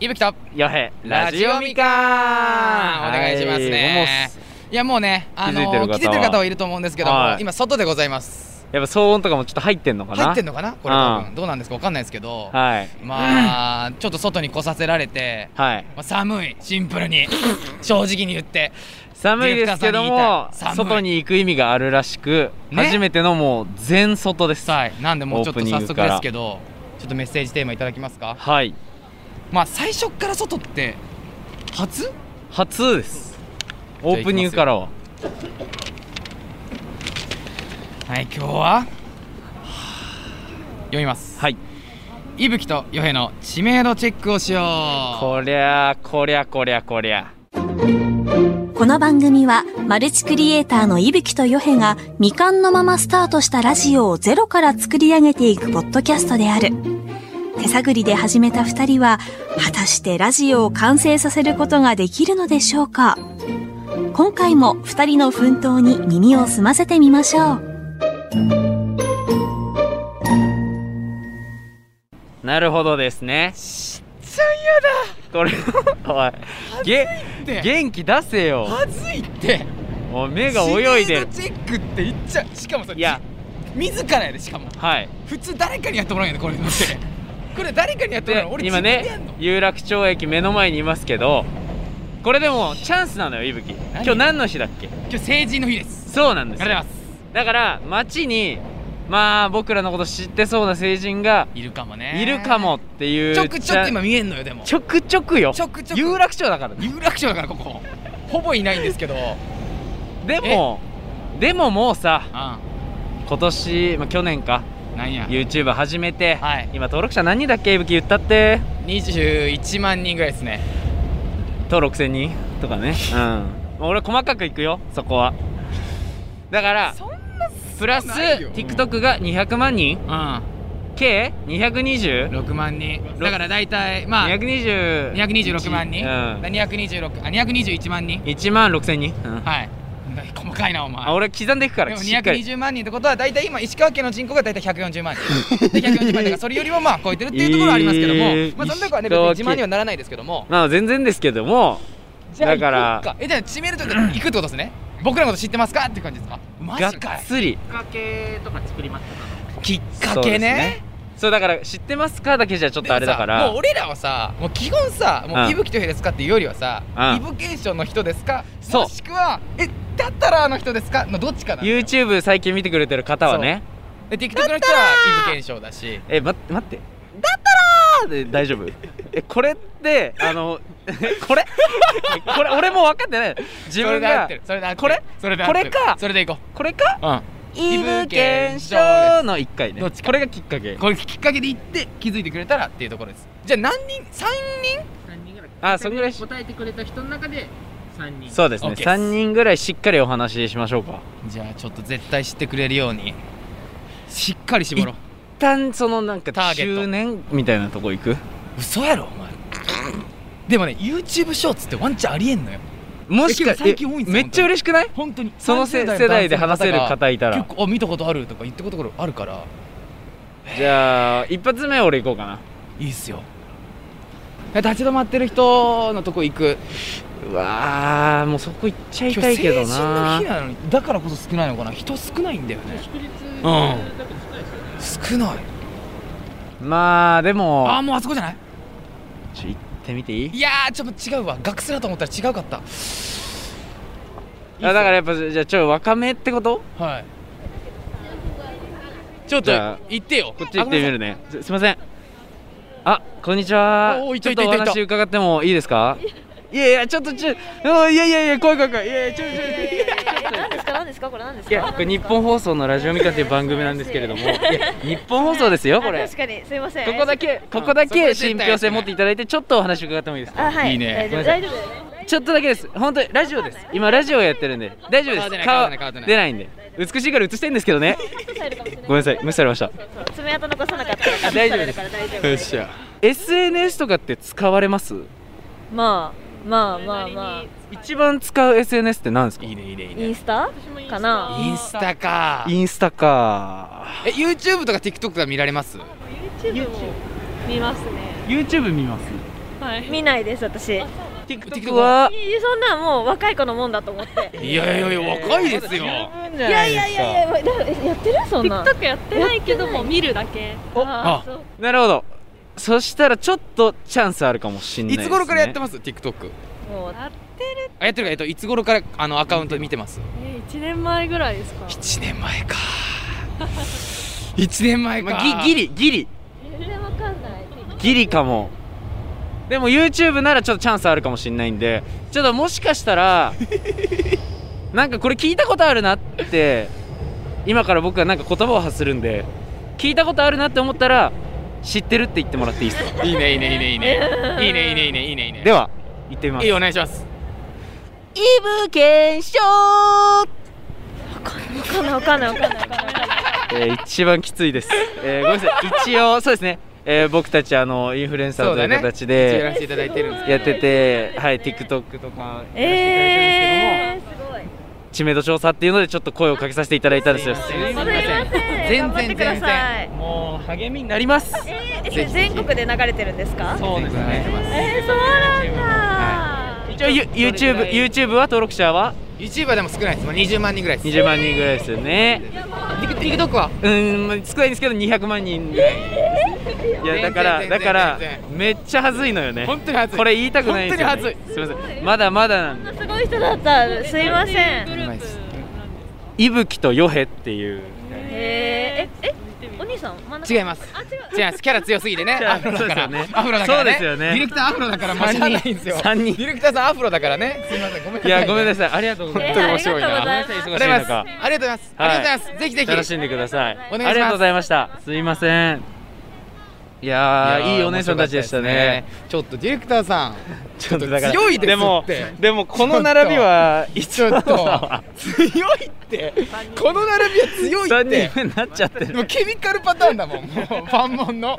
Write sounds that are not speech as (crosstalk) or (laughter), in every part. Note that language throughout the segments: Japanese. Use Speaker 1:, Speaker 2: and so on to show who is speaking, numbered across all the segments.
Speaker 1: いぶきと
Speaker 2: よへ
Speaker 1: ラジオみかんお願いしますねいやもうねあの
Speaker 2: 気づいてる方は
Speaker 1: 来てる方はいると思うんですけども、
Speaker 2: はい
Speaker 1: 今外でございます
Speaker 2: やっぱ騒音とかもちょっと入ってんのかな
Speaker 1: 入ってん
Speaker 2: の
Speaker 1: のかなこれ多分どうなんですかわかんないですけど、
Speaker 2: はい
Speaker 1: まあちょっと外に来させられて、
Speaker 2: はい
Speaker 1: まあ、寒いシンプルに正直に言って
Speaker 2: 寒いですけど
Speaker 1: ディレク
Speaker 2: も
Speaker 1: ターさんに言いたい寒い
Speaker 2: 外に行く意味があるらしく、
Speaker 1: ね
Speaker 2: 初めてのもう全外です
Speaker 1: さあなんでもうちょっと
Speaker 2: オープニン
Speaker 1: 早
Speaker 2: グ
Speaker 1: 速
Speaker 2: から
Speaker 1: ですけどちょっとメッセージテーマいただきますか
Speaker 2: はい
Speaker 1: まあ最初っから外って初
Speaker 2: 初です
Speaker 1: ゃあ
Speaker 2: オープニングからは
Speaker 1: はい今日は読みます
Speaker 2: はい
Speaker 1: いぶきとよへの知名度チェックをしよう
Speaker 2: こりゃあこりゃこりゃこりゃ
Speaker 3: この番組はマルチクリエイターの伊吹とヨヘが未完のままスタートしたラジオをゼロから作り上げていくポッドキャストである手探りで始めた二人は果たしてラジオを完成させることができるのでしょうか今回も二人の奮闘に耳を澄ませてみましょう
Speaker 2: なるほどですね
Speaker 1: ちっちゃいや (laughs)
Speaker 2: これおいげ
Speaker 1: って
Speaker 2: 元気出せよ
Speaker 1: 恥ずいって
Speaker 2: おい目が泳いで
Speaker 1: 知名度
Speaker 2: る
Speaker 1: チェックって言っちゃうしかもそれ
Speaker 2: いや
Speaker 1: 自らやでしかも
Speaker 2: はい
Speaker 1: 普通誰かにやってもらうんやでこれのっ
Speaker 2: (laughs)
Speaker 1: てこれ誰かにやってもらう
Speaker 2: で
Speaker 1: の俺
Speaker 2: 今
Speaker 1: 自分でやん
Speaker 2: ね
Speaker 1: の
Speaker 2: 有楽町駅目の前にいますけどこれでもチャンスなのよいぶき今日何の日だっけ
Speaker 1: 今日成人の日です
Speaker 2: そうなんです
Speaker 1: あり
Speaker 2: よ
Speaker 1: がとうございま
Speaker 2: だから街にまあ僕らのこと知ってそうな成人が
Speaker 1: すいるかもね
Speaker 2: いるかもっていう
Speaker 1: ちょくちょく今
Speaker 2: ゃ
Speaker 1: 見えんのよでも
Speaker 2: ちょくちょくよ
Speaker 1: ちょくちょく
Speaker 2: 有楽町だからね
Speaker 1: 有楽町だからここほぼいないんです
Speaker 2: (laughs)
Speaker 1: けど
Speaker 2: でもでももうさ
Speaker 1: あ
Speaker 2: 今年、まあ、去年か
Speaker 1: んなんや
Speaker 2: YouTube 始めて、
Speaker 1: はい
Speaker 2: 今登録者何人だっけいぶき言ったって
Speaker 1: 21万人ぐらいですね
Speaker 2: 登録1000人とかねうんまあ俺細かくいくよそこはだから
Speaker 1: そんな
Speaker 2: プラス
Speaker 1: ないよ
Speaker 2: TikTok が200万人
Speaker 1: うん
Speaker 2: 計 220?226
Speaker 1: 6万人だから大体まあ226万人、
Speaker 2: うん、
Speaker 1: 226あ221万人
Speaker 2: 1万6000人、うん
Speaker 1: はい細かいなお前
Speaker 2: あ俺刻んでいくから
Speaker 1: でも
Speaker 2: しっかり
Speaker 1: 220万人ってことは大体今石川県の人口が大体140万人で140万人だからそれよりもまあ超えてるっていうところはありますけども、
Speaker 2: えー
Speaker 1: まあそんなとこはね
Speaker 2: 石
Speaker 1: 別
Speaker 2: 川
Speaker 1: に
Speaker 2: 県
Speaker 1: 自慢にはならないですけども
Speaker 2: まあ全然ですけども
Speaker 1: じゃあ
Speaker 2: だから
Speaker 1: 行こうえじゃあ知名度ちょっと行くってことですね僕らのこと知ってますかっていう感じですかマ
Speaker 2: がっ
Speaker 1: ジかい
Speaker 2: つり
Speaker 4: きっかけとか作りました
Speaker 1: きっか
Speaker 2: そう
Speaker 1: け
Speaker 2: です
Speaker 1: ね
Speaker 2: ねそうだから知ってますかだけじゃちょっ
Speaker 1: でもさ
Speaker 2: とあれだから
Speaker 1: もう俺らはさもう基本さも
Speaker 2: う
Speaker 1: うん伊吹とへですかっていうよりはさ、
Speaker 2: うん
Speaker 1: イブケーションの人ですか
Speaker 2: そう
Speaker 1: もしくはえだったらあの人ですかのどっちかなのよ
Speaker 2: YouTube 最近見てくれてる方はね
Speaker 1: で TikTok の人はイブケーションだし
Speaker 2: え待って待ってだったらーで大丈夫えこれってあのえこれ (laughs) これ俺もう分かってない自
Speaker 1: それ
Speaker 2: 分が
Speaker 1: で合ってるそれで合ってる
Speaker 2: これ
Speaker 1: それで合ってる
Speaker 2: これか
Speaker 1: それでいこ
Speaker 2: これか
Speaker 1: ううん
Speaker 2: イブ検証の1回ね
Speaker 1: どっちか
Speaker 2: これがきっかけ
Speaker 1: これきっかけで行って気づいてくれたらっていうところですじゃあ何人3人
Speaker 4: 3人ぐらい
Speaker 2: あそんぐらいし
Speaker 4: 答えてくれた人の中で3人
Speaker 2: そうですね
Speaker 1: OK です
Speaker 2: 3人ぐらいしっかりお話ししましょうか
Speaker 1: じゃあちょっと絶対知ってくれるようにしっかり絞ろう
Speaker 2: 一旦そのなんか
Speaker 1: ターゲット
Speaker 2: 中年みたいなとこ行く
Speaker 1: 嘘やろお前でもね YouTube ショーツってワンチャンありえんのよ
Speaker 2: もしか
Speaker 1: え結構最近多いんですよ
Speaker 2: めっちゃ嬉しくない
Speaker 1: 本当に
Speaker 2: そのせ
Speaker 1: 30代
Speaker 2: 世代で話せる
Speaker 1: 男性のが
Speaker 2: 方いたら
Speaker 1: 結構あ見たことあるとか言ってこところあるから
Speaker 2: じゃあ一発目俺行こうかない
Speaker 1: いっすよ立ち止まってる人のとこ行く
Speaker 2: うわーもうそこ行っちゃい
Speaker 1: 今
Speaker 2: た
Speaker 1: 日
Speaker 2: いけ
Speaker 1: 成
Speaker 2: ど
Speaker 1: 人の
Speaker 2: な
Speaker 1: 日なのにだからこそ少ないのかな人少ないんだよね
Speaker 4: 祝日
Speaker 1: う
Speaker 4: だ
Speaker 1: ん
Speaker 4: けど少ないですよね
Speaker 1: 少ない
Speaker 2: まあで
Speaker 1: ああ
Speaker 2: も
Speaker 1: もうあそこじゃない
Speaker 2: ちょ行ってみていい
Speaker 1: いやーちょっと違うわ学生だと思ったら違うかった
Speaker 2: あだからやっぱじゃあちょっと若めってこと
Speaker 1: はいちょっと
Speaker 2: じゃあ
Speaker 1: 行ってよ
Speaker 2: こっち行ってみるねすすいませんあこんにちは
Speaker 1: おおい
Speaker 2: ち
Speaker 1: た
Speaker 2: ょっ
Speaker 1: いたいた
Speaker 2: とお
Speaker 1: いた
Speaker 2: 話伺ってもいいですかいやいやちょっとちょうんいやいやいや怖い怖い怖いいやいやちょちょちょ
Speaker 5: えー何ですか何ですかこれ何です
Speaker 2: い
Speaker 5: か
Speaker 2: やこれ日本放送のラジオミカっていう番組なんですけれどもいや日本放送ですよこ
Speaker 5: あ
Speaker 2: れ
Speaker 5: 確かにすいません
Speaker 2: ここだけここだけ信憑性持っていただいてちょっとお話伺ってもいいですか
Speaker 5: あはい
Speaker 1: いいね
Speaker 5: 大丈夫大丈夫だよね
Speaker 2: ちょっとだけです本当にラジオです今ラジオやってるんで大丈夫です
Speaker 1: 顔
Speaker 2: 顔
Speaker 1: 出ない顔出ない
Speaker 2: 出ないんで美しいから映してんですけどねごめんなさい無視されました
Speaker 5: 爪痕残さなかったら
Speaker 2: 大丈夫です
Speaker 5: 大丈夫
Speaker 1: よっしゃ
Speaker 2: SNS とかって使われます
Speaker 5: まあまあまあま
Speaker 2: 一番使う SNS って何ですか
Speaker 1: いいねいいねいい
Speaker 5: あ
Speaker 1: ね
Speaker 5: インスタかな
Speaker 1: インスタか
Speaker 2: インスタか
Speaker 1: え YouTube とか TikTok が見られます
Speaker 5: YouTube も見ますね
Speaker 2: YouTube 見ます
Speaker 6: はい
Speaker 5: 見ないです私い
Speaker 2: TikTok は
Speaker 5: そんなんもう若い子のもんだと思って
Speaker 1: いやいやいや若いですよ
Speaker 6: 分じ
Speaker 5: い
Speaker 6: ゃな
Speaker 5: や
Speaker 6: い
Speaker 5: いやいやいやだやってるそんなん
Speaker 6: TikTok やってないけども見るだけ
Speaker 1: あ
Speaker 5: そう
Speaker 2: なるほどそしたらちょっとチャンスあるかもしんない
Speaker 1: い
Speaker 2: です、ね、
Speaker 1: つ頃からやってます TikTok
Speaker 5: もう
Speaker 6: やってる
Speaker 1: あやってるかえっといつ頃からあのアカウント見てます
Speaker 6: え1年前ぐらいですか
Speaker 1: 1年前か1年前か、
Speaker 2: まあ、ギギリギリ
Speaker 5: 全然わかんない
Speaker 2: ギリかもでも YouTube ならちょっとチャンスあるかもしんないんでちょっともしかした (laughs) らなんかこれ聞いたことあるなって今から僕がなんか言葉を発するんで聞いたことあるなって思ったら知ってるって言ってもらっていいですか
Speaker 1: いいねいいねいいねいいねいいねいいねいいねいいねいいね
Speaker 2: では行ってみます
Speaker 1: いいお願いします
Speaker 2: イブ検証、
Speaker 5: わかんないわかんないわかんないわかんない
Speaker 2: えー一番きついです、えーごめんなさい一応そうですね、えー僕たちあのインフルエンサーという形で、
Speaker 1: やらせていただいてるんですけ
Speaker 2: やってて、はい、TikTok とかやらせていただいてるんですけども、
Speaker 5: えー、すごい
Speaker 2: 知名度調査っていうのでちょっと声をかけさせていただいたんですよ
Speaker 1: す
Speaker 2: す
Speaker 1: い
Speaker 2: い
Speaker 1: ま
Speaker 2: ま
Speaker 1: せ
Speaker 2: せ
Speaker 1: ん
Speaker 2: ん
Speaker 5: すいません
Speaker 1: 全
Speaker 5: 頑張って
Speaker 1: 然
Speaker 5: くだ
Speaker 1: 全
Speaker 5: さ
Speaker 1: 然
Speaker 5: い
Speaker 1: もう励みに
Speaker 2: なります
Speaker 5: え
Speaker 1: ぜ
Speaker 5: ー、
Speaker 1: ひぜ
Speaker 5: え
Speaker 1: ひ
Speaker 5: 全国で流れてるんですか
Speaker 1: そうですね
Speaker 5: えー、そうなんだ、
Speaker 2: 一応 You- YouTube, YouTube は登録者は
Speaker 1: YouTuber でも少ないですもう20万人ぐらいです
Speaker 2: 20万人ぐらいですよね
Speaker 1: TikTok は
Speaker 2: うーんまあ少ないんですけど200万人ぐらいいやだから
Speaker 1: 全然全然
Speaker 2: だから
Speaker 1: 全然
Speaker 2: めっちゃはずいのよね
Speaker 1: 本当に恥ずい
Speaker 2: これ言いたくないんですよ、ね、
Speaker 1: 本当に恥
Speaker 2: ずいすいませんまだまだなんで
Speaker 5: すごい人だったすいません
Speaker 6: グ
Speaker 5: え
Speaker 6: ループなんです
Speaker 2: いぶきとよへっていう
Speaker 5: ー、ええ
Speaker 6: 見てみ
Speaker 5: お
Speaker 6: ます
Speaker 5: 兄さん真ん中
Speaker 1: 違います
Speaker 5: あ違う
Speaker 1: 違いますキャラ強すぎてね
Speaker 2: キャラ
Speaker 1: アフロだから
Speaker 2: そうですよね
Speaker 1: アフロだからねデ
Speaker 2: そうですよね
Speaker 1: ィレクターアフロだから間違わないんですよ
Speaker 2: 三人三人
Speaker 1: ディレクターさんアフロだからねすいませんごめんなさ
Speaker 2: い
Speaker 1: い
Speaker 2: やごめんな
Speaker 1: さい
Speaker 2: さいありがとうござい
Speaker 5: え
Speaker 2: ま
Speaker 5: ー
Speaker 2: す
Speaker 5: ありがとうございます
Speaker 2: 本当に
Speaker 1: あ
Speaker 2: 面
Speaker 1: り
Speaker 2: 白
Speaker 1: がと
Speaker 2: い
Speaker 1: うご
Speaker 2: の
Speaker 1: ざいますありがとうございますあ
Speaker 2: かはい
Speaker 1: りがとうございますぜひぜひ
Speaker 2: 楽しんでください
Speaker 1: お願いします
Speaker 2: ありがとうございましたすいませんいやーいいお姉さんたちでしたね
Speaker 1: ちょっとディレクター
Speaker 2: (laughs)
Speaker 1: さんちょっと
Speaker 2: だから
Speaker 1: 強いですって
Speaker 2: でもでもこの並びはい
Speaker 1: ち
Speaker 2: つ
Speaker 1: ょ
Speaker 2: もだ
Speaker 1: っと
Speaker 2: わ
Speaker 1: 強いってこの並びは強い
Speaker 2: 3
Speaker 1: って
Speaker 2: 人目になっちゃって
Speaker 1: でも
Speaker 2: る
Speaker 1: ケミカルパターンだもんもうファンモンの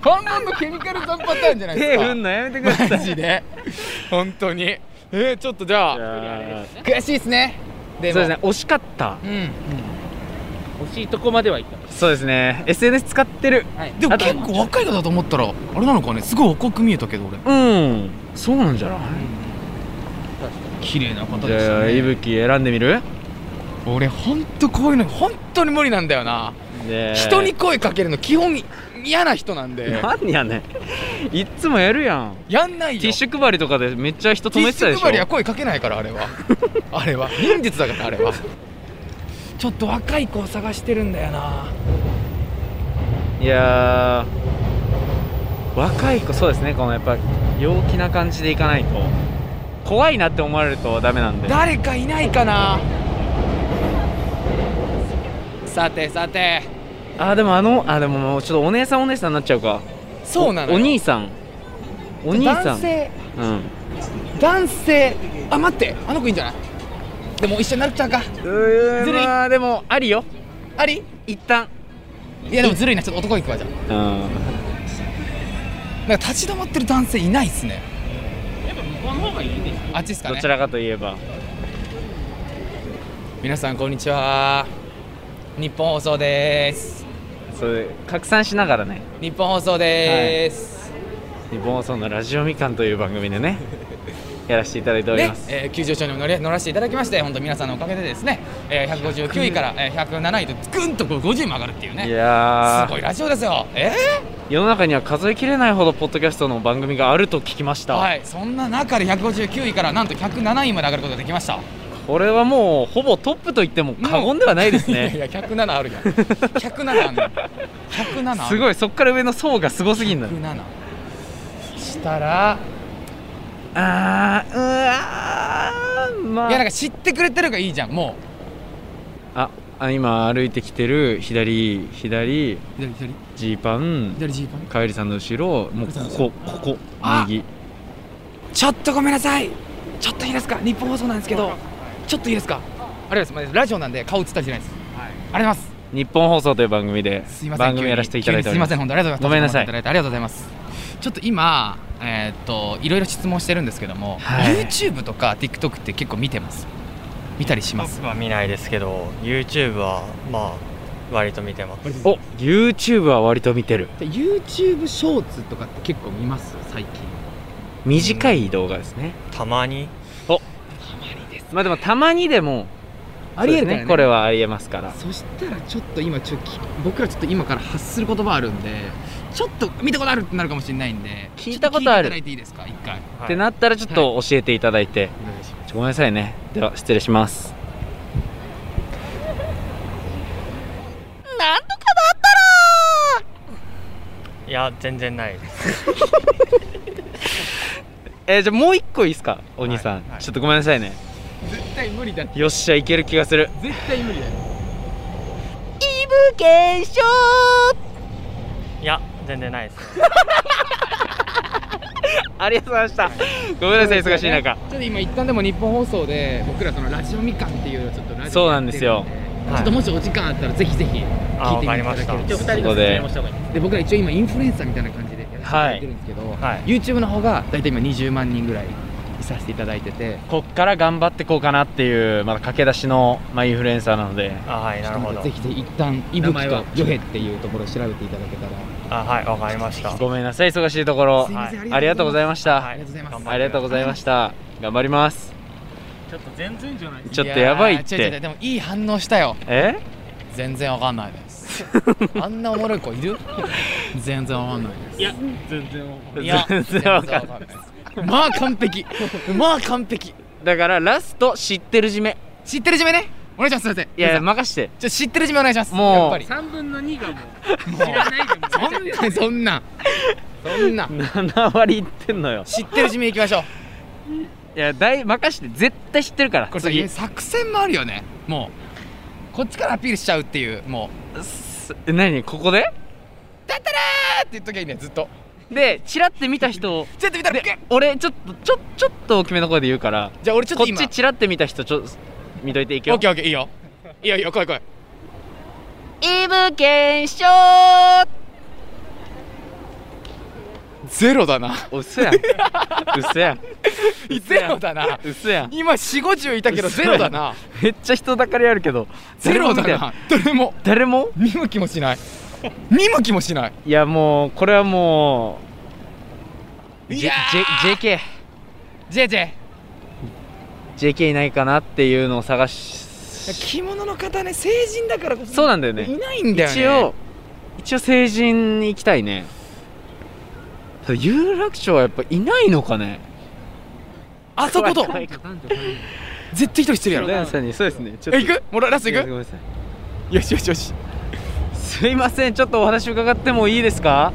Speaker 1: ファンモンのケミカルパターンじゃないで
Speaker 2: 手
Speaker 1: すか
Speaker 2: 振んのやめてください
Speaker 1: マジで本当にえー、ちょっとじ
Speaker 2: い
Speaker 1: ゃあ
Speaker 2: やー
Speaker 1: 悔しいですねで
Speaker 2: そう
Speaker 1: も
Speaker 2: ですね惜しかった
Speaker 1: うん
Speaker 4: 惜しいとこまではいった
Speaker 2: そうですね SNS 使ってる
Speaker 1: でも
Speaker 2: あと
Speaker 1: 結構若い方だと思ったらあれなのかねすごい若く見えたけど俺
Speaker 2: うんそうなんじゃない
Speaker 1: 綺麗な方
Speaker 2: じ
Speaker 1: でし
Speaker 2: ゃ
Speaker 1: た
Speaker 2: あい
Speaker 1: ね
Speaker 2: ぶき選んでみる
Speaker 1: 俺ほんとこういうの本当に無理なんだよな
Speaker 2: ねえ
Speaker 1: 人に声かけるの基本嫌な人なんで
Speaker 2: 何やねんいっつもやるやん
Speaker 1: やんないよ
Speaker 2: ティッシュ配りとかでめっちゃ人止めてたで
Speaker 1: ティ
Speaker 2: し
Speaker 1: ッシュ配りは
Speaker 2: ょ
Speaker 1: 声かけないからあれはあ
Speaker 2: (laughs)
Speaker 1: れは忍術だからあれはちょっと若い子を探してるんだよない
Speaker 2: やー若い子そうですねこのやっぱ陽気な感じでいかないと怖いなって思われるとダメなんで
Speaker 1: 誰かいないかなさてさて
Speaker 2: あでもあのあでももうちょっとお姉さんお姉さんになっちゃうか
Speaker 1: そうなの
Speaker 2: お
Speaker 1: よ
Speaker 2: 兄さんお兄さ
Speaker 1: 男
Speaker 2: ん
Speaker 1: 性
Speaker 2: うん
Speaker 1: 男性あ待ってあの子いいんじゃないでも一緒になっちゃうか
Speaker 2: う
Speaker 1: ずるい
Speaker 2: まあでもありよ
Speaker 1: あり
Speaker 2: 一旦
Speaker 1: いやでもずるいなちょっと男行くわじゃあ
Speaker 2: うん
Speaker 1: なんか立ち止まってる男性いないっすね
Speaker 4: やっぱ向こうの方がいいです
Speaker 1: あっちっすか
Speaker 2: ど
Speaker 1: ね
Speaker 2: ちらかといえば
Speaker 1: 皆さんこんにちは日本放送です
Speaker 2: それ拡散しながらね
Speaker 1: 日本放送です、
Speaker 2: 日本放送のラジオみかんという番組でねやらせていただいており
Speaker 1: ね
Speaker 2: ます、
Speaker 1: えー、急上昇にも乗れ乗らせていただきまして本当皆さんのおかげでですね、えー、159位から、えー、107位とぐんとこう50も上がるっていう
Speaker 2: い
Speaker 1: ね
Speaker 2: や
Speaker 1: す
Speaker 2: ー
Speaker 1: ごいラジオですよえ
Speaker 2: 世の中には数えきれないほどポッドキャストの番組があると聞きまし
Speaker 1: ー、
Speaker 2: た、
Speaker 1: はいそんな中で159位からなんと107位まで上がることができました
Speaker 2: これはもうほぼトップと言っても過言ではないですね、
Speaker 1: いやいや107あるやん107ある107ある
Speaker 2: (laughs) すごいそこから上の層がすごすぎんだ
Speaker 1: 107したら
Speaker 2: (laughs) あーうわーまあ
Speaker 1: いやなんか知ってくれてるがいいじゃんも
Speaker 2: ああ今歩いてきてる左左
Speaker 1: う左左
Speaker 2: ジーパン
Speaker 1: 左ジーパン
Speaker 2: かえりさんの後ろもうここここ
Speaker 1: あ
Speaker 2: 右
Speaker 1: ちょっとごめんなさいちょっといいですか日本放送なんですけどちょっといいですかあれですまあラジオなんで顔映ったりじゃないです、あります
Speaker 2: 日本放送という番組です
Speaker 1: いません
Speaker 2: 番組やらせていただい
Speaker 1: 急
Speaker 2: てお
Speaker 1: にすいま
Speaker 2: ります
Speaker 1: せん本当ありがとうございます
Speaker 2: ごめんなさい
Speaker 1: ただいてありがとうございますちょっと今えーっといろいろ質問してるんですけども、
Speaker 2: はい
Speaker 1: YouTube とか TikTok って結構見てます見たりします
Speaker 7: 僕は見ないですけど YouTube はまあ割と見てます
Speaker 2: お YouTube は割と見てる
Speaker 1: で YouTube ショーツとかって結構見ます最近
Speaker 2: 短い動画ですね
Speaker 7: たまに
Speaker 2: まあでもたまにでも
Speaker 1: ありえる
Speaker 2: そう
Speaker 1: からね
Speaker 2: ですねこれはありえますから
Speaker 1: そしたらちょっと今ちょっとき僕らちょっと今から発する言葉あるんでちょっと見たことあるってなるかもしれないんで
Speaker 2: 聞いたことある
Speaker 1: ちょっ聞いていただいていいですか一回
Speaker 7: はい
Speaker 2: ってなったらちょっと教えていただいて、ちょごめんなさいねでは失礼します
Speaker 7: いや全然ないです
Speaker 2: えーじゃあもう一個いいですかお兄さん、
Speaker 7: はいはい
Speaker 2: ちょっとごめんなさいね
Speaker 1: 絶対無理だって
Speaker 2: よっしゃいける気がする
Speaker 1: 絶対無理だよ
Speaker 7: いや全然ないです
Speaker 2: ありがとうございましたごめんなさい忙しい中
Speaker 1: ちょっと今一旦でも日本放送で僕らそのラジオみかんっていうちょっとラジオ
Speaker 2: そうなんです
Speaker 1: やっ
Speaker 2: よ
Speaker 1: てるんで
Speaker 7: はい
Speaker 1: ちょっともしお時間あったらぜひぜひ聞い
Speaker 7: あ
Speaker 1: て
Speaker 7: わ
Speaker 1: み
Speaker 7: か
Speaker 1: て
Speaker 7: り
Speaker 1: いた
Speaker 7: ま
Speaker 1: だ
Speaker 7: し
Speaker 1: け
Speaker 7: た
Speaker 1: る
Speaker 4: じゃ
Speaker 1: と
Speaker 4: あ二人で説明をした方がいい
Speaker 1: で僕ら一応今インフルエンサーみたいな感じでやらせていただいてるんですけど、
Speaker 7: はい
Speaker 1: YouTube の方が大体今20万人ぐらいいさせていただいてて
Speaker 2: こっから頑張ってこうかなっていうまだ駆け出しの、まあ、インフルエンサーなので
Speaker 7: あはいなるほど
Speaker 1: ぜひぜひ一旦いぶ
Speaker 4: 名
Speaker 1: き
Speaker 4: 前
Speaker 1: と
Speaker 4: は
Speaker 1: ヨヘっていうところを調べていただけたら
Speaker 7: あはいわかりました
Speaker 2: ごめんなさい忙しいところ
Speaker 1: すいません
Speaker 2: はいありがとうございました、
Speaker 1: ありがとうございます、
Speaker 7: 頑張
Speaker 2: ありがとうございました頑張ります
Speaker 4: ちょっと全然じゃない
Speaker 2: ちょっとやばいっ
Speaker 1: やー違う違う違う
Speaker 2: て
Speaker 1: でもいい反応したよ
Speaker 2: え
Speaker 1: 全然わかんないですあんなおもろい子いる全然わかんないです
Speaker 4: いや全然わかんない
Speaker 1: いや
Speaker 2: 全然わかんない
Speaker 1: ないですまあ完璧まあ完璧
Speaker 2: だからラスト知ってる締め
Speaker 1: 知ってる締めねお願いしますすいません
Speaker 2: いやいや
Speaker 1: ま、
Speaker 2: 任 (laughs) して
Speaker 1: ちょ知ってる締めお願いします
Speaker 2: もう
Speaker 1: やっぱり
Speaker 4: 3分の2がもう知らないでも
Speaker 1: そんなそんなそんな
Speaker 2: 7割いってんのよ
Speaker 1: 知ってる締めいきましょう
Speaker 2: いやだい任して絶対知ってるから
Speaker 1: これさ
Speaker 2: 次
Speaker 1: 作戦もあるよねもうこっちからアピールしちゃうっていうもう
Speaker 2: すえ何ここで
Speaker 1: だったらーって言っときゃいいねずっと
Speaker 2: でチラって見た人
Speaker 1: ちょっと見たら
Speaker 2: で
Speaker 1: グッ
Speaker 2: 俺ちょっとちょちょっと大きめの声で言うから
Speaker 1: じゃあ俺ちょっ
Speaker 2: ことっ
Speaker 1: 今
Speaker 2: ちチラって見た人ちょ見といていく
Speaker 1: オ
Speaker 2: よ
Speaker 1: ッケーオッケーいいよいいよいいよ来い来い
Speaker 2: イブ検証
Speaker 1: ゼロだな
Speaker 2: 嘘やん嘘やん
Speaker 1: ゼロだな
Speaker 2: 嘘やん
Speaker 1: 今四五十いたけどゼロだな
Speaker 2: めっちゃ人だかりあるけど
Speaker 1: ゼロだ
Speaker 2: 誰も見て
Speaker 1: な誰も
Speaker 2: 誰も
Speaker 1: 見向きもしない見向きもしない
Speaker 2: いやもうこれはもう
Speaker 1: い
Speaker 2: J-
Speaker 1: や
Speaker 2: J-
Speaker 1: JJ
Speaker 2: JK JK いないかなっていうのを探し
Speaker 1: 着物の方ね成人だからこそ
Speaker 2: そうなんだよね
Speaker 1: いないんだよね
Speaker 2: 一応一応成人に行きたいねただ有楽町はやっぱいないのかね
Speaker 1: あそこと
Speaker 2: 怖い怖
Speaker 4: 男女関係
Speaker 1: 絶対一人してるやろ
Speaker 2: ダンさんにそうですねちょ
Speaker 1: え行くもうラスト
Speaker 2: いや
Speaker 1: 行
Speaker 2: ごめんなさい
Speaker 1: くよしよしよし
Speaker 2: すいませんちょっとお話伺ってもいいですか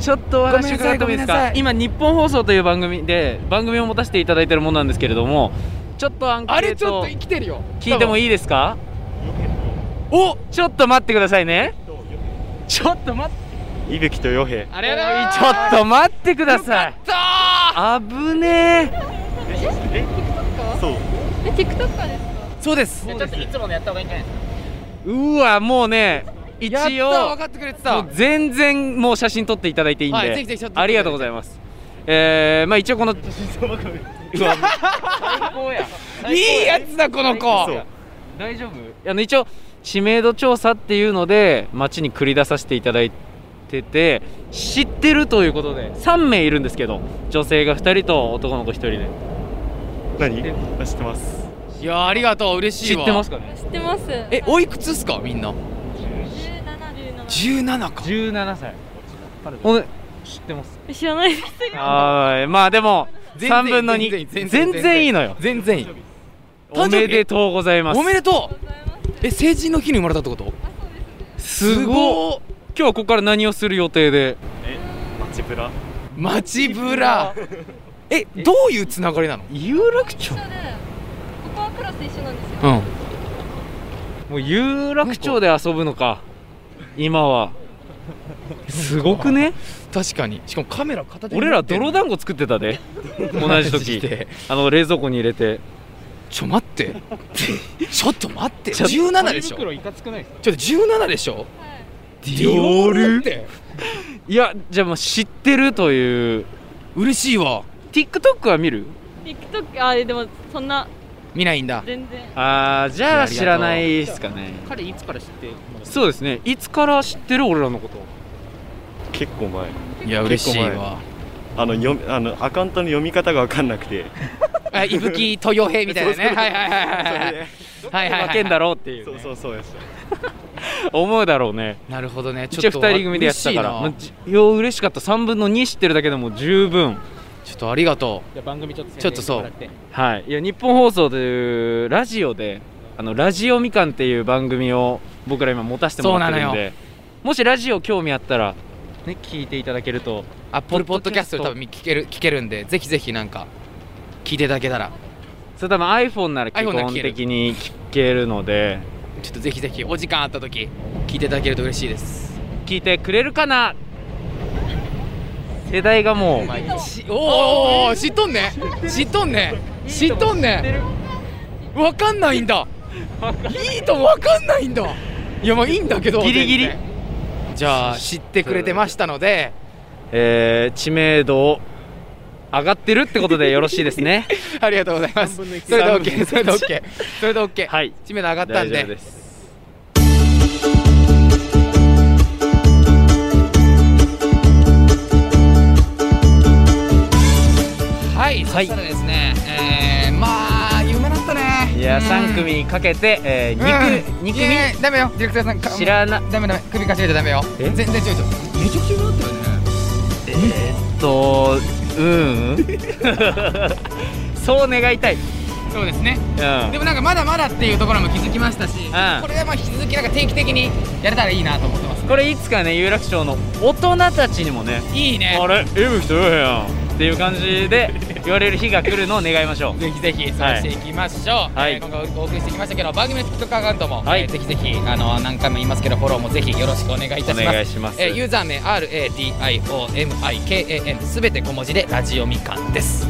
Speaker 2: ちょっとお話伺ってもいいで
Speaker 1: ごめんなさいごめんな
Speaker 2: すか
Speaker 1: さい
Speaker 2: 今日本放送という番組で番組を持たせていただいてるものなんですけれどもちょっとアンケ
Speaker 1: あれ
Speaker 2: ー
Speaker 1: ちょ
Speaker 2: ト
Speaker 1: っと生きてるよ
Speaker 2: 聞いても
Speaker 1: い
Speaker 2: いいですかおちょっと待ってくださいねちょっと待って
Speaker 7: いぶきとよへ
Speaker 1: あれやろ
Speaker 2: ちょっと待ってください
Speaker 1: とー
Speaker 2: あぶねえ
Speaker 6: え TikToker ですか
Speaker 1: そうです
Speaker 4: ちょっといつものやった方がいいんじゃないう
Speaker 2: わもうね一
Speaker 1: やった
Speaker 2: 応
Speaker 1: 分かってくれてた
Speaker 2: もう全然もう写真撮っていただいていいんで、
Speaker 1: はいぜひぜひちょっと
Speaker 2: ありがとうございますえー、まあ一応このうわ
Speaker 1: いいやつだこの子
Speaker 2: 大丈夫あの一応知名度調査っていうので街に繰り出させていただいてて知ってるということで3名いるんですけど女性が2人と男の子1人で
Speaker 7: 何知ってます
Speaker 1: いやありがとう嬉し
Speaker 2: 知
Speaker 1: いわ
Speaker 2: ってますかね
Speaker 6: 知ってます
Speaker 1: えおいくつっすかみんな17か
Speaker 2: 17歳ほんで知ってます
Speaker 6: 知らないです
Speaker 2: はいまあでも
Speaker 1: 全然
Speaker 2: 3分の
Speaker 1: 全
Speaker 2: 2
Speaker 1: 然全然
Speaker 2: 全然いいのよ
Speaker 1: 全然いい
Speaker 2: おめでとうございます
Speaker 1: おめでとうえ成人の日に生まれたってこと
Speaker 2: すごっ
Speaker 1: っ
Speaker 2: 今日はここから何をする予定で
Speaker 7: 街ブラ
Speaker 1: 街ブ
Speaker 2: (laughs)
Speaker 1: ラえどういうつながりなの
Speaker 2: 有楽
Speaker 6: 一
Speaker 2: 町
Speaker 6: 緒でここはクラス一緒なんですよ
Speaker 1: うん
Speaker 2: もう有楽町で遊ぶのか今はすごくね
Speaker 1: 確かにしかもカメラ片手に
Speaker 2: 俺ら泥
Speaker 1: だ
Speaker 2: 団子作ってたで同じ
Speaker 1: マジ
Speaker 2: 時
Speaker 1: で
Speaker 2: あの冷蔵庫に入れて
Speaker 1: ちょ待って
Speaker 2: (laughs)
Speaker 1: ちょっと待って
Speaker 2: ちょ
Speaker 1: 17でしょ
Speaker 4: 袋いかつくないですか
Speaker 1: ちょっと17でしょデ
Speaker 2: ィオール
Speaker 1: って
Speaker 2: いやじゃあもう知ってるという
Speaker 1: 嬉しいわ
Speaker 2: TikTok は見る
Speaker 6: TikTok あでもそんな
Speaker 1: 見ないんだ
Speaker 6: 全然
Speaker 2: あーじ
Speaker 1: いや
Speaker 2: ゃ
Speaker 1: あり
Speaker 2: あ
Speaker 1: がとう
Speaker 2: 知らないっすかね
Speaker 4: 彼いつから知ってるの
Speaker 2: そうですねいつから知ってる俺らのこと
Speaker 7: 結構前
Speaker 1: いや嬉しいわ
Speaker 8: あのよあのアカウントの読み方が分かんなくて
Speaker 1: あ伊吹豊平みたいなね
Speaker 8: そうそう
Speaker 1: はいはいはいはい
Speaker 8: そ
Speaker 1: は
Speaker 8: れ
Speaker 1: い
Speaker 8: で
Speaker 1: はいはい
Speaker 2: 負けんだろうっていう、ね、
Speaker 8: そうそうそうでし
Speaker 2: 思うだろうね
Speaker 1: なるほどね
Speaker 2: ちょ
Speaker 1: ちょ
Speaker 2: っ
Speaker 1: っ
Speaker 2: と
Speaker 1: と
Speaker 2: 2人組でやってたから
Speaker 1: 嬉しい
Speaker 2: もうよう嬉しかった3分の2知ってるだけでも十分
Speaker 1: なちょっとありがと
Speaker 4: じゃあ番組ちょっと宣伝
Speaker 1: ちょっとそう
Speaker 4: してもらて
Speaker 2: はいいや日本放送というラジオであのラジオみかんっていう番組を僕ら今持たせてもらってるん
Speaker 1: そうなの
Speaker 2: でもしラジオ興味あったらね聞いていただけると
Speaker 1: うアップルポッドキャストで多分聞ける聞けるんでぜひぜひなんか聞いていただけたら
Speaker 2: それ多分 iPhone なら基
Speaker 1: iPhone なら
Speaker 2: 本
Speaker 1: 聞ける
Speaker 2: 的に聞けるので
Speaker 1: ちょっとぜひぜひお時間あった時聞いていただけると嬉しいです
Speaker 2: 聞いてくれるかな世代がもう
Speaker 1: しおーおーおー知っとんね知っとんね知っとんねわかんないんだいいともわかんないんだいやまあいいんだけど
Speaker 2: ギリギリ
Speaker 1: 全然じゃあ知ってくれてましたので
Speaker 2: えー知名度上がってるってことでよろしいで
Speaker 1: (laughs)
Speaker 2: すね
Speaker 1: ありがとうございますそれで OK それで OK それで OK
Speaker 2: はい
Speaker 1: 知名度上がった
Speaker 2: 大
Speaker 1: ん
Speaker 2: 丈夫
Speaker 1: で
Speaker 2: です
Speaker 1: はいそしたらですねえーまあ夢だったね
Speaker 2: いや
Speaker 1: うん
Speaker 2: 3組にかけて、え
Speaker 1: うん
Speaker 2: ー、肉、肉
Speaker 1: いやい
Speaker 2: 味
Speaker 1: やダメよディレクターさんか
Speaker 2: 知らな
Speaker 1: ダメダメ首かしげちゃダメよ
Speaker 2: え
Speaker 1: 全然違う違うめちゃくちゃ夢だったよね
Speaker 2: えーっとうん (laughs) そう願いたい、うん、
Speaker 1: そうですねでもなんかまだまだっていうところも気づきましたし、
Speaker 2: ん
Speaker 1: これはまあ引き続きなんか定期的にやれたらいいなと思ってます
Speaker 2: これいつかね有楽町の大人たちにもね
Speaker 1: いいね
Speaker 2: あれえぶきとよへんやんっていう感じで言われる日が来るのを願いましょう
Speaker 1: ぜひぜひ探していきましょう、
Speaker 2: はい
Speaker 1: えー今回お送りしてきましたけど番組の TikTok アカウントも、
Speaker 2: はい
Speaker 1: えーぜひぜひあの何回も言いますけどフォローもぜひよろしくお願いいたします
Speaker 2: お願いします
Speaker 1: えーユーザー名 RADIOMIKAN すべて小文字でラジオみかんです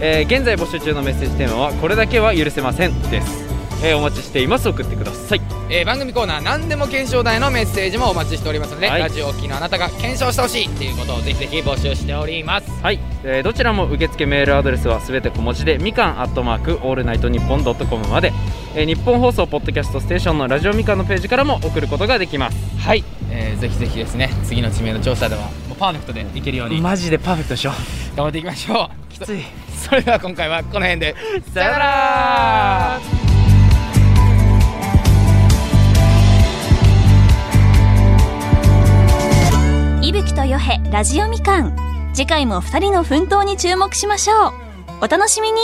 Speaker 2: えー現在募集中のメッセージテーマは「これだけは許せません」です、えーお待ちしています送ってください
Speaker 1: えー番組コーナー何でも検証台のメッセージもお待ちしておりますので、
Speaker 2: はい
Speaker 1: ラジオを聴きのあなたが検証してほしいっていうことをぜひぜひ募集しております
Speaker 2: はい、えーどちらも受付メールアドレスはすべて小文字でみかんアットマークオールナイトニッポンドットコムまで、えー日本放送ポッドキャストステーションのラジオみかんのページからも送ることができます
Speaker 1: はい、えー、ぜひぜひですね次の知名度調査ではもうパーフェクトでいけるように頑
Speaker 2: マジでパーフェクトでしょ
Speaker 1: 張っていきましょうき
Speaker 2: つい
Speaker 1: (laughs) それでは今回はこの辺で
Speaker 2: さよなら
Speaker 3: 伊吹とよへラジオみかん次回も2人の奮闘に注目しましょうお楽しみに